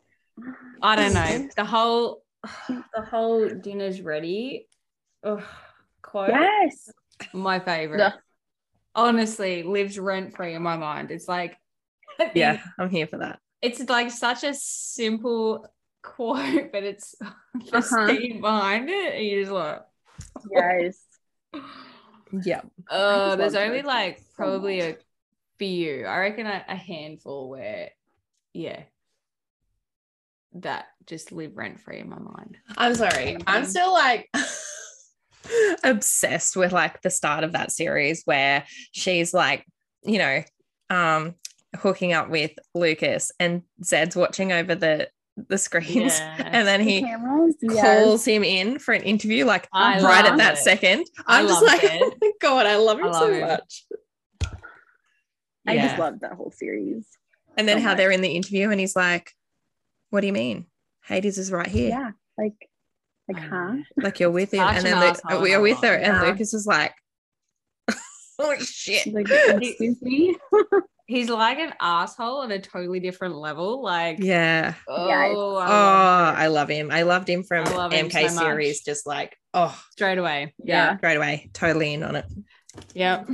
Speaker 5: I don't know. The whole, the whole dinner's ready. Ugh, quote.
Speaker 4: Yes.
Speaker 5: my favorite.
Speaker 4: Yeah.
Speaker 5: Honestly, lives rent free in my mind. It's like, I think
Speaker 3: Yeah, I'm here for that.
Speaker 5: it's like such a simple quote, but it's the
Speaker 4: Uh-huh.
Speaker 5: steam behind it. And you're just like,
Speaker 4: Yes.
Speaker 3: Yeah.
Speaker 5: oh, there's
Speaker 4: love
Speaker 5: only
Speaker 4: those
Speaker 5: like
Speaker 4: so
Speaker 5: probably
Speaker 4: much.
Speaker 5: a few. I reckon a, a handful where, yeah, that just live rent free in my mind.
Speaker 3: I'm sorry. I'm
Speaker 5: Mhm.
Speaker 3: still like obsessed with like the start of that series where she's like, you know, um hooking up with Lucas and Zed's watching over the the screens. And then he
Speaker 4: Cameras. Yes.
Speaker 3: calls him in for an interview, like
Speaker 5: I
Speaker 3: right at
Speaker 5: love
Speaker 3: that
Speaker 5: it.
Speaker 3: second.
Speaker 5: I
Speaker 3: I'm just
Speaker 5: love
Speaker 3: like,
Speaker 5: it.
Speaker 3: oh my god, I love him
Speaker 5: I love
Speaker 3: so
Speaker 5: it.
Speaker 3: much.
Speaker 4: I
Speaker 5: Yeah.
Speaker 4: just love that whole series.
Speaker 3: And then
Speaker 4: So
Speaker 3: how
Speaker 4: much.
Speaker 3: they're in the interview and he's like, What do you mean? Hades is right here.
Speaker 4: Yeah. Like like
Speaker 5: I
Speaker 4: huh?
Speaker 5: know.
Speaker 3: Like you're with him. and
Speaker 5: Such an
Speaker 3: then Lu-
Speaker 5: asshole,
Speaker 3: we are with her.
Speaker 5: Mark.
Speaker 3: And
Speaker 4: Yeah.
Speaker 3: Lucas is like, Oh shit.
Speaker 4: Like excuse me.
Speaker 5: He's like an asshole on a totally different level. Like,
Speaker 3: Yeah.
Speaker 5: oh,
Speaker 4: Yes.
Speaker 5: I
Speaker 3: Oh,
Speaker 5: love it.
Speaker 3: I love him. I loved him from
Speaker 5: I love him
Speaker 3: MK
Speaker 5: so much.
Speaker 3: series. Just like, oh,
Speaker 5: straight away.
Speaker 4: Yeah.
Speaker 3: straight away, totally in on it.
Speaker 5: Yeah.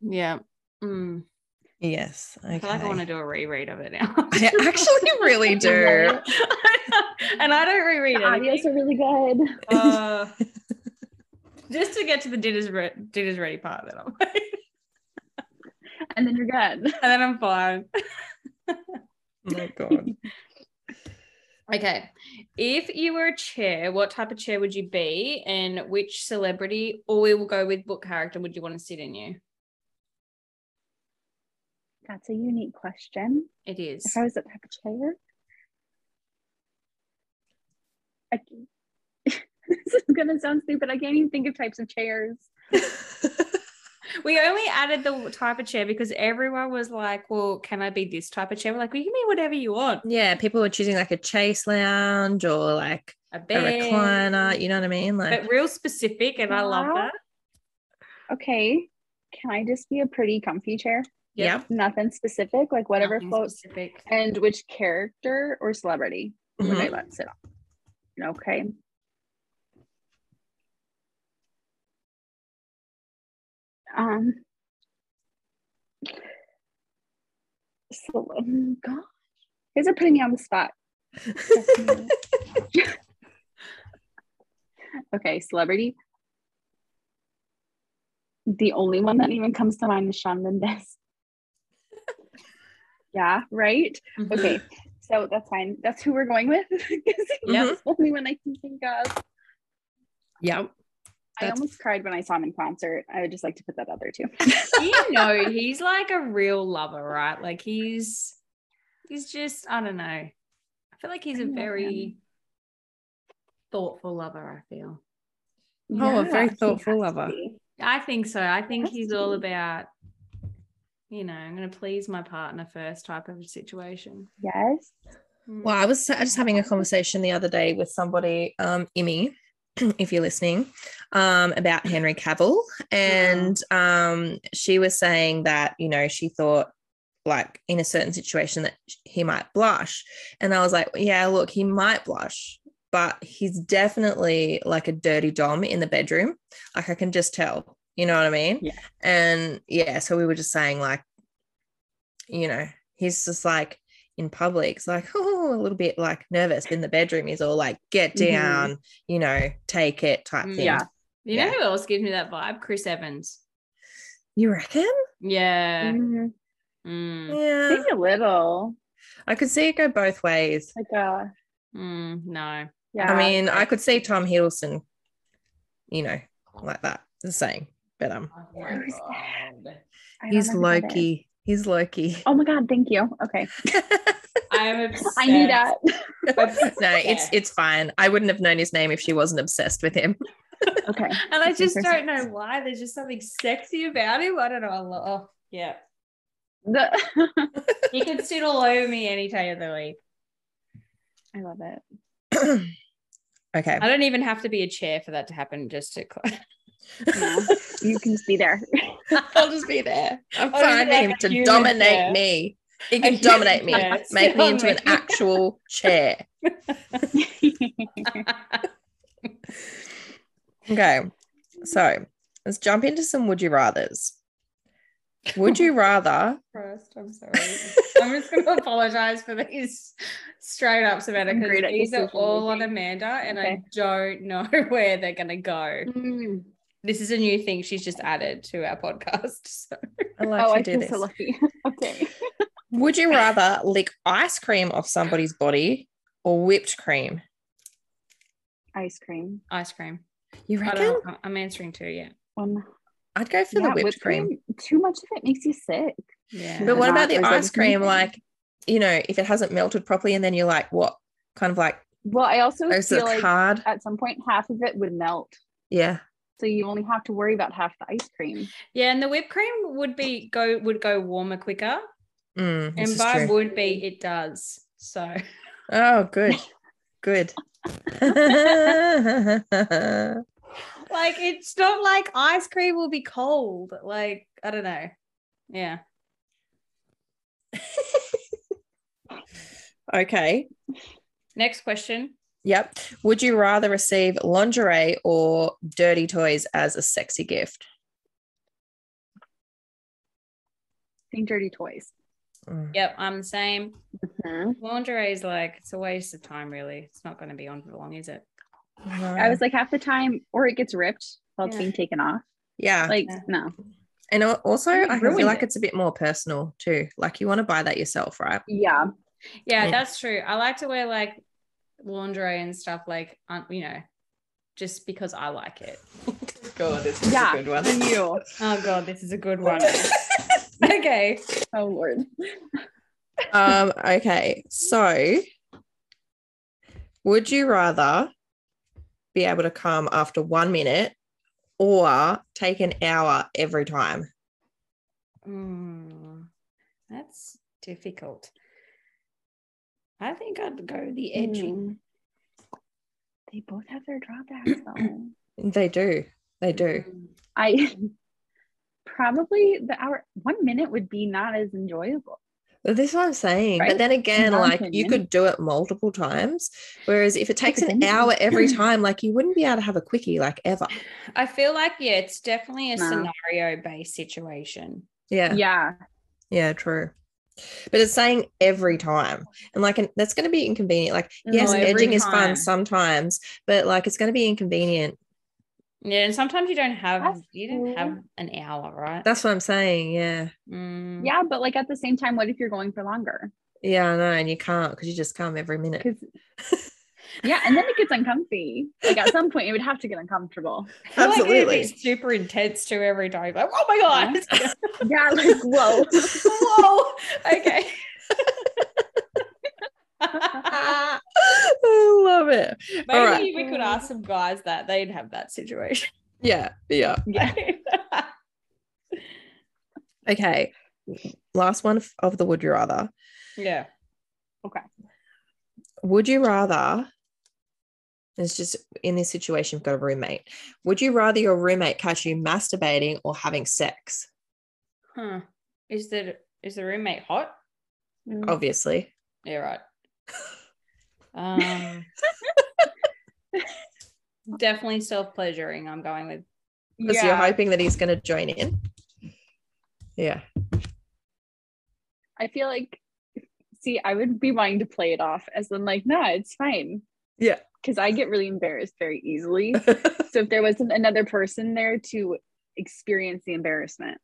Speaker 5: Yeah. Mm.
Speaker 3: Yes. Okay.
Speaker 5: I
Speaker 3: I,
Speaker 5: feel like I want to do a reread of it now.
Speaker 3: actually really do. Oh
Speaker 5: and I don't reread
Speaker 4: The audios
Speaker 5: it.
Speaker 4: are really good.
Speaker 5: Uh, just to get to the dinner's, re- dinner's ready part, then I'm
Speaker 4: And then you're good.
Speaker 5: and then I'm fine.
Speaker 3: Oh my god.
Speaker 5: Okay. If you were a chair, what type of chair would you be, and which celebrity, or we will go with book character, would you want to sit in you?
Speaker 4: That's a unique question.
Speaker 5: It
Speaker 4: If
Speaker 5: is.
Speaker 4: I was at that chair, I can- this is gonna sound stupid. I can't even think of types of chairs.
Speaker 5: We only added the type of chair because everyone was like, well, can I be this type of chair? We're like, well, you can be whatever you want.
Speaker 3: yeah, people were choosing like a chase lounge or like
Speaker 5: A
Speaker 3: a
Speaker 5: bed.
Speaker 3: recliner. You know what I mean? Like,
Speaker 5: But real specific, and I love
Speaker 4: Yeah.
Speaker 5: that.
Speaker 4: Okay, can I just be a pretty comfy chair?
Speaker 3: yep.
Speaker 4: Nothing specific, like whatever
Speaker 5: Nothing
Speaker 4: floats.
Speaker 5: Specific.
Speaker 4: And which character or celebrity would I let sit on? Okay. Um. So, um, gosh, you guys are putting me on the spot.
Speaker 3: Mm-hmm.
Speaker 4: okay, celebrity. The only one that even comes to mind is Sean Mendes. yeah, right? Okay, so that's fine. That's who we're going with.
Speaker 3: Yeah.
Speaker 4: yeah, only one I can think of.
Speaker 3: Yep.
Speaker 4: I
Speaker 3: That's-
Speaker 4: almost cried when I saw him in concert. I would just like to put that out there too.
Speaker 5: you know, he's like a real lover, right? Like he's he's just I don't know. I feel like he's
Speaker 4: I
Speaker 5: a
Speaker 4: love
Speaker 5: very thoughtful lover. I feel.
Speaker 3: Oh, a very
Speaker 4: he has
Speaker 3: thoughtful
Speaker 4: to
Speaker 3: lover.
Speaker 4: be.
Speaker 5: I think so. I think
Speaker 4: Has
Speaker 5: he's
Speaker 4: to
Speaker 5: all
Speaker 4: be.
Speaker 5: about. You know, I'm going to please my partner first type of situation.
Speaker 4: Yes.
Speaker 5: Mm.
Speaker 3: Well, I was just having a conversation the other day with somebody, um, Emmy, if you're listening, um, about Henry Cavill. And um, she was saying that, you know, she thought like in a certain situation that he might blush. And I was like, yeah, look, he might blush, but he's definitely like a dirty Dom in the bedroom. Like I can just tell, you know what I mean?
Speaker 4: Yeah.
Speaker 3: And yeah, so we were just saying like, you know, he's just like, in public it's like oh a little bit like nervous but in the bedroom is all like get
Speaker 4: Mhm.
Speaker 3: down you know take it type
Speaker 4: Mm,
Speaker 3: thing
Speaker 5: Yeah. You know
Speaker 3: Yeah.
Speaker 5: who else gives me that vibe? Chris Evans.
Speaker 3: you reckon
Speaker 5: Yeah.
Speaker 4: Mhm.
Speaker 5: Mm.
Speaker 3: yeah
Speaker 4: Maybe a little.
Speaker 3: i could see it go both ways
Speaker 4: Like a
Speaker 5: Mm. No.
Speaker 4: yeah.
Speaker 3: i mean i could see tom hiddleston you know, like that. The saying. But um,
Speaker 4: Who's I don't
Speaker 3: he's
Speaker 4: know who that is.
Speaker 3: Loki. He's Loki.
Speaker 4: Oh my god, thank you. Okay.
Speaker 5: I'm obsessed.
Speaker 4: I knew that. Oh,
Speaker 3: no, it's it's fine. I wouldn't have known his name if she wasn't obsessed with him.
Speaker 4: Okay.
Speaker 5: And I
Speaker 4: Fifty
Speaker 5: just don't
Speaker 4: percent.
Speaker 5: know why. There's just something sexy about him. I don't know. I lo- oh, yeah.
Speaker 4: The-
Speaker 5: He could sit all over me any day of the week.
Speaker 4: I love it.
Speaker 3: okay.
Speaker 5: I don't even have to be a chair for that to happen. Just to,
Speaker 4: No, you can just be there.
Speaker 5: I'll just be there.
Speaker 3: I'm
Speaker 5: Or is it like
Speaker 3: finding him
Speaker 5: a
Speaker 3: to
Speaker 5: human
Speaker 3: dominate
Speaker 5: chair?
Speaker 3: me. He
Speaker 5: A
Speaker 3: can
Speaker 5: human
Speaker 3: dominate me.
Speaker 5: chair.
Speaker 3: Make me
Speaker 5: Sit
Speaker 3: into
Speaker 5: on
Speaker 3: an actual chair. Okay. So let's jump into some would you rathers. Would you rather?
Speaker 5: Christ, I'm sorry. I'm just going to apologize for these straight ups about it
Speaker 4: I'm great
Speaker 5: because
Speaker 4: at
Speaker 5: these are
Speaker 4: decision
Speaker 5: all on
Speaker 4: making.
Speaker 5: Amanda and
Speaker 4: Okay.
Speaker 5: I don't know where they're going to go.
Speaker 4: Mm.
Speaker 5: This is a new thing she's just added to our podcast. So.
Speaker 3: I like
Speaker 4: Oh,
Speaker 3: to
Speaker 4: I
Speaker 3: do
Speaker 4: feel
Speaker 3: this.
Speaker 4: so lucky. Okay.
Speaker 3: Would you rather lick ice cream off somebody's body or whipped cream?
Speaker 4: Ice cream.
Speaker 5: Ice cream.
Speaker 3: You
Speaker 5: I
Speaker 3: reckon?
Speaker 5: don't, I'm- I'm answering too, yeah.
Speaker 4: One.
Speaker 3: I'd go for the
Speaker 4: yeah,
Speaker 3: whipped, cream.
Speaker 4: Too much of it makes you sick.
Speaker 5: Yeah.
Speaker 3: But what
Speaker 4: Nah,
Speaker 3: about the
Speaker 4: there's other
Speaker 3: ice cream?
Speaker 4: things.
Speaker 3: Like, you know, if it hasn't melted properly and then you're like, what? Kind of like,
Speaker 4: Well, I also
Speaker 3: oh, so
Speaker 4: feel
Speaker 3: it's
Speaker 4: like
Speaker 3: hard.
Speaker 4: at some point half of it would melt,
Speaker 3: Yeah.
Speaker 4: so you only have to worry about half the ice cream.
Speaker 5: Yeah, and the whipped cream would be go would go warmer quicker.
Speaker 3: Mm, this
Speaker 5: And
Speaker 3: is
Speaker 5: by
Speaker 3: true.
Speaker 5: would be it does. So
Speaker 3: Oh, good. Good. okay.
Speaker 5: like it's not like ice cream will be cold. Like, I don't know. Yeah. Next question.
Speaker 3: Yep. Would you rather receive lingerie or dirty toys as a sexy gift?
Speaker 4: Think dirty toys.
Speaker 3: Mm.
Speaker 5: Yep, I'm the same. Mm-hmm. Lingerie is like it's a waste of time, really. It's not gonna be on for long, is it?
Speaker 4: I
Speaker 3: No.
Speaker 4: was like half the time, or it gets ripped while it's
Speaker 5: Yeah.
Speaker 4: being taken off.
Speaker 3: yeah.
Speaker 4: Like
Speaker 5: Yeah.
Speaker 4: no,
Speaker 3: and al- also,
Speaker 5: You
Speaker 3: I feel
Speaker 5: ruined
Speaker 3: like
Speaker 5: it.
Speaker 3: it's a bit more personal too. Like, you want to buy that yourself, right?
Speaker 4: yeah,
Speaker 5: Yeah,
Speaker 3: Yeah.
Speaker 5: that's true. I like to wear like lingerie and stuff, like un- you know, just because I like it.
Speaker 3: God, this
Speaker 4: is a Yeah.
Speaker 3: good one.
Speaker 4: for you.
Speaker 5: Oh god, this is a good one. okay.
Speaker 4: Oh lord,
Speaker 3: um okay so would you rather be able to come after one minute or take an hour every time
Speaker 5: Mm, that's difficult. I think I'd go the edgy.
Speaker 4: Mm. They both have their drawbacks though.
Speaker 3: they do they do
Speaker 4: I probably the hour one minute would be not as enjoyable.
Speaker 3: this is what i'm saying but
Speaker 4: Right?
Speaker 3: then again
Speaker 4: my
Speaker 3: like you
Speaker 4: opinion.
Speaker 3: could do it multiple times whereas if it takes an
Speaker 4: Depends.
Speaker 3: hour every time like you wouldn't be able to have a quickie like ever
Speaker 5: I feel like yeah, it's definitely a
Speaker 4: No.
Speaker 5: scenario based situation.
Speaker 3: yeah
Speaker 4: Yeah.
Speaker 3: Yeah, true. But it's saying every time. And like an, that's going to be inconvenient. Like,
Speaker 5: No,
Speaker 3: yes,
Speaker 5: every
Speaker 3: edging is
Speaker 5: time.
Speaker 3: fun sometimes, but like it's going to be inconvenient.
Speaker 5: Yeah, and sometimes you don't have
Speaker 4: That's
Speaker 5: you don't have
Speaker 4: true.
Speaker 5: an hour, right?
Speaker 3: That's what I'm saying. Yeah.
Speaker 5: Mm.
Speaker 4: Yeah, but like at the same time, what if you're going for longer?
Speaker 3: Yeah, I know. And you can't because you just come every minute.
Speaker 4: Because yeah, and then it gets uncomfy. Like at some point, it would have to get uncomfortable.
Speaker 5: I feel like it'd be
Speaker 3: Absolutely.
Speaker 5: super intense too every time. Like, oh my god.
Speaker 4: Yeah, like whoa.
Speaker 5: Whoa. Okay.
Speaker 3: I love it.
Speaker 5: Maybe
Speaker 3: All right.
Speaker 5: we could ask some guys that they'd have that situation.
Speaker 3: Yeah. Yeah.
Speaker 4: Yeah.
Speaker 3: Okay. Last one f- of the would you rather.
Speaker 5: yeah.
Speaker 3: Would you rather? It's just in this situation, you've got a roommate. Would you rather your roommate catch you masturbating or having sex?
Speaker 5: Huh. Is the is the roommate hot? Mm.
Speaker 3: Oh, Obviously.
Speaker 5: Yeah, right. Um definitely self-pleasuring. I'm going with
Speaker 3: because you're hoping that he's going to join in. Yeah.
Speaker 4: I feel like, see, I would be wanting to play it off as in, like, nah, it's fine.
Speaker 3: Yeah.
Speaker 4: Because I get really embarrassed very easily. so if there wasn't another person there to experience the embarrassment,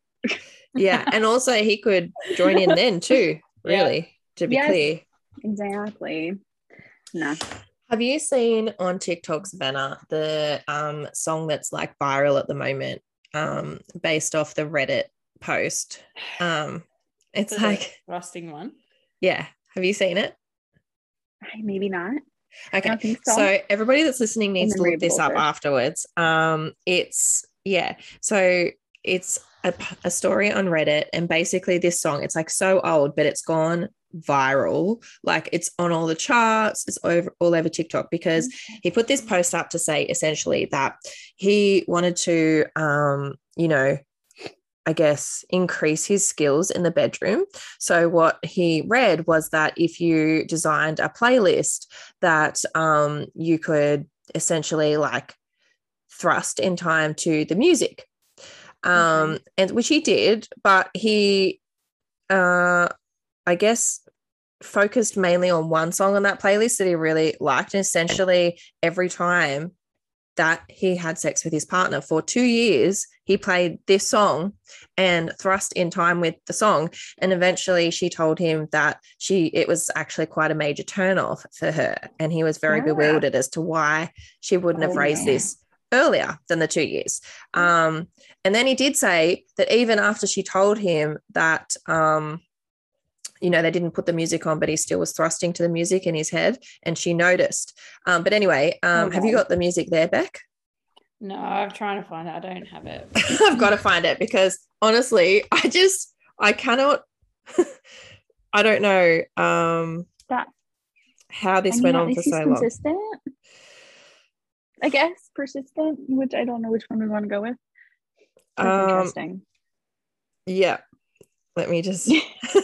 Speaker 3: yeah. And also, he could join in then too,
Speaker 5: Yeah.
Speaker 3: really, to be
Speaker 4: Yes.
Speaker 3: clear.
Speaker 4: exactly. No,
Speaker 3: Have you seen on TikTok, Savannah, the um, song that's like viral at the moment, um, based off the Reddit post? Um, it's
Speaker 5: The
Speaker 3: like,
Speaker 5: rusting one.
Speaker 3: yeah. Have you seen it?
Speaker 4: I- Maybe not.
Speaker 3: Okay.
Speaker 4: I think so.
Speaker 3: So everybody that's listening needs to
Speaker 4: memory
Speaker 3: look this up
Speaker 4: blogger.
Speaker 3: afterwards. Um, it's yeah. So it's a, p- a story on Reddit, and basically this song. It's like so old, but it's gone viral. Like it's on all the charts. It's over all over TikTok because he put this post up to say essentially that he wanted to, um, you know. I guess increase his skills in the bedroom. So, what he read was that if you designed a playlist that um, you could essentially like thrust in time to the music um and which he did but he uh i guess focused mainly on one song on that playlist that he really liked and essentially every time that he had sex with his partner for two years he played this song and thrust in time with the song and eventually she told him that she it was actually quite a major turnoff for her and he was very
Speaker 4: Wow.
Speaker 3: bewildered as to why she wouldn't have
Speaker 4: Oh,
Speaker 3: raised
Speaker 4: man.
Speaker 3: this earlier than the two years um and then he did say that even after she told him that um you know they didn't put the music on but he still was thrusting to the music in his head and she noticed um but anyway
Speaker 4: Oh,
Speaker 3: um have you got the music there beck
Speaker 5: No, I'm trying to find it. I don't have it.
Speaker 3: I've got to find it because honestly, I just I cannot I don't know um
Speaker 4: That-
Speaker 3: how this
Speaker 4: I mean,
Speaker 3: went
Speaker 4: at
Speaker 3: on for
Speaker 4: least he's
Speaker 3: so long.
Speaker 4: consistent. I guess persistent, which I don't know which one we want to go with. That's
Speaker 3: Um
Speaker 4: interesting.
Speaker 3: yeah. Let me just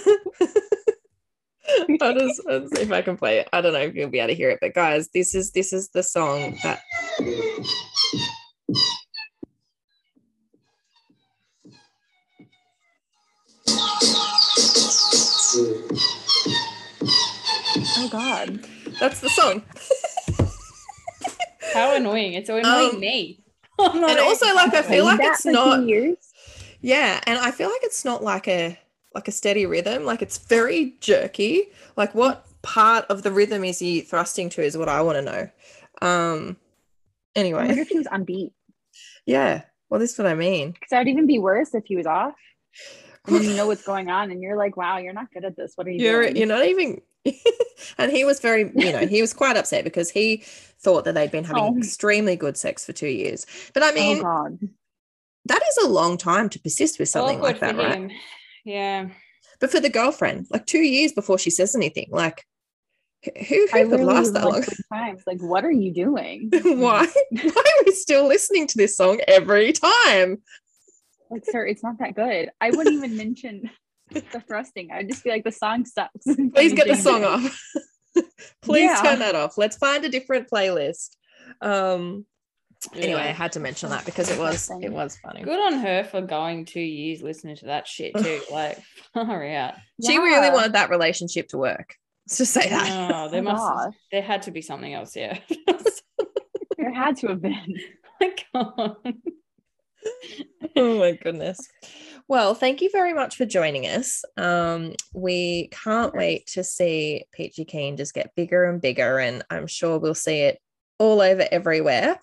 Speaker 3: I'll just, I'll see if I can play it. I don't know if you'll be able to hear it, but guys, this is this is the song that
Speaker 4: Oh God.
Speaker 3: that's the song.
Speaker 5: How annoying. It's annoying
Speaker 3: Um,
Speaker 5: me.
Speaker 3: and also, like, I feel
Speaker 4: Playing
Speaker 3: like
Speaker 4: that
Speaker 3: it's
Speaker 4: for two
Speaker 3: not-
Speaker 4: years.
Speaker 3: Yeah, and I feel like it's not like a like a steady rhythm. Like it's very jerky. Like what part of the rhythm is he thrusting to is what I want to know. Um
Speaker 4: I wonder
Speaker 3: anyway,
Speaker 4: if he was on beat.
Speaker 3: yeah. Well, this is what I mean.
Speaker 4: Because that would even be worse if he was off. And then you know what's going on, and you're like, "Wow, you're not good at this. What are you
Speaker 3: You're
Speaker 4: doing?"
Speaker 3: you're not even and he was very, you know, he was quite upset because he thought that they'd been having
Speaker 4: Oh.
Speaker 3: extremely good sex for two years. But I
Speaker 4: oh
Speaker 3: mean,
Speaker 4: God.
Speaker 3: that is a long time to persist with something
Speaker 5: Awkward
Speaker 3: like that,
Speaker 5: for
Speaker 3: right?
Speaker 5: him. Yeah.
Speaker 3: But for the girlfriend, like two years before she says anything, like who who
Speaker 4: I
Speaker 3: could last that
Speaker 4: literally
Speaker 3: long?
Speaker 4: went three times. Like, what are you doing?
Speaker 3: why why are we still listening to this song every time
Speaker 4: Like, sir, it's not that good. I wouldn't even mention the thrusting. I'd just be like, "The song sucks."
Speaker 3: please get the song off please
Speaker 4: Yeah.
Speaker 3: turn that off let's find a different playlist um anyway i
Speaker 5: Yeah.
Speaker 3: had to mention that because it was it
Speaker 4: Interesting.
Speaker 3: was funny
Speaker 5: Good on her for going two years listening to that shit too. like, far out.
Speaker 3: she really
Speaker 4: Yeah.
Speaker 3: wanted that relationship to work let's just say that
Speaker 5: Oh, there
Speaker 4: Oh,
Speaker 5: must
Speaker 4: gosh.
Speaker 5: there had to be something else, yeah.
Speaker 4: There had to have been.
Speaker 5: like, come on.
Speaker 3: oh my goodness well thank you very much for joining us um we can't wait to see peachy keen just get bigger and bigger and i'm sure we'll see it all over everywhere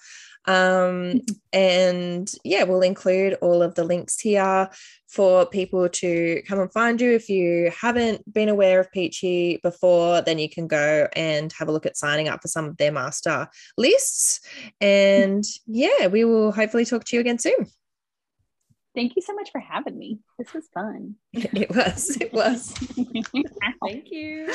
Speaker 3: um and yeah we'll include all of the links here for people to come and find you if you haven't been aware of peachy before then you can go and have a look at signing up for some of their master lists and yeah we will hopefully talk to you again soon
Speaker 4: Thank you so much for having me. This was fun.
Speaker 3: it was it was
Speaker 5: Thank you.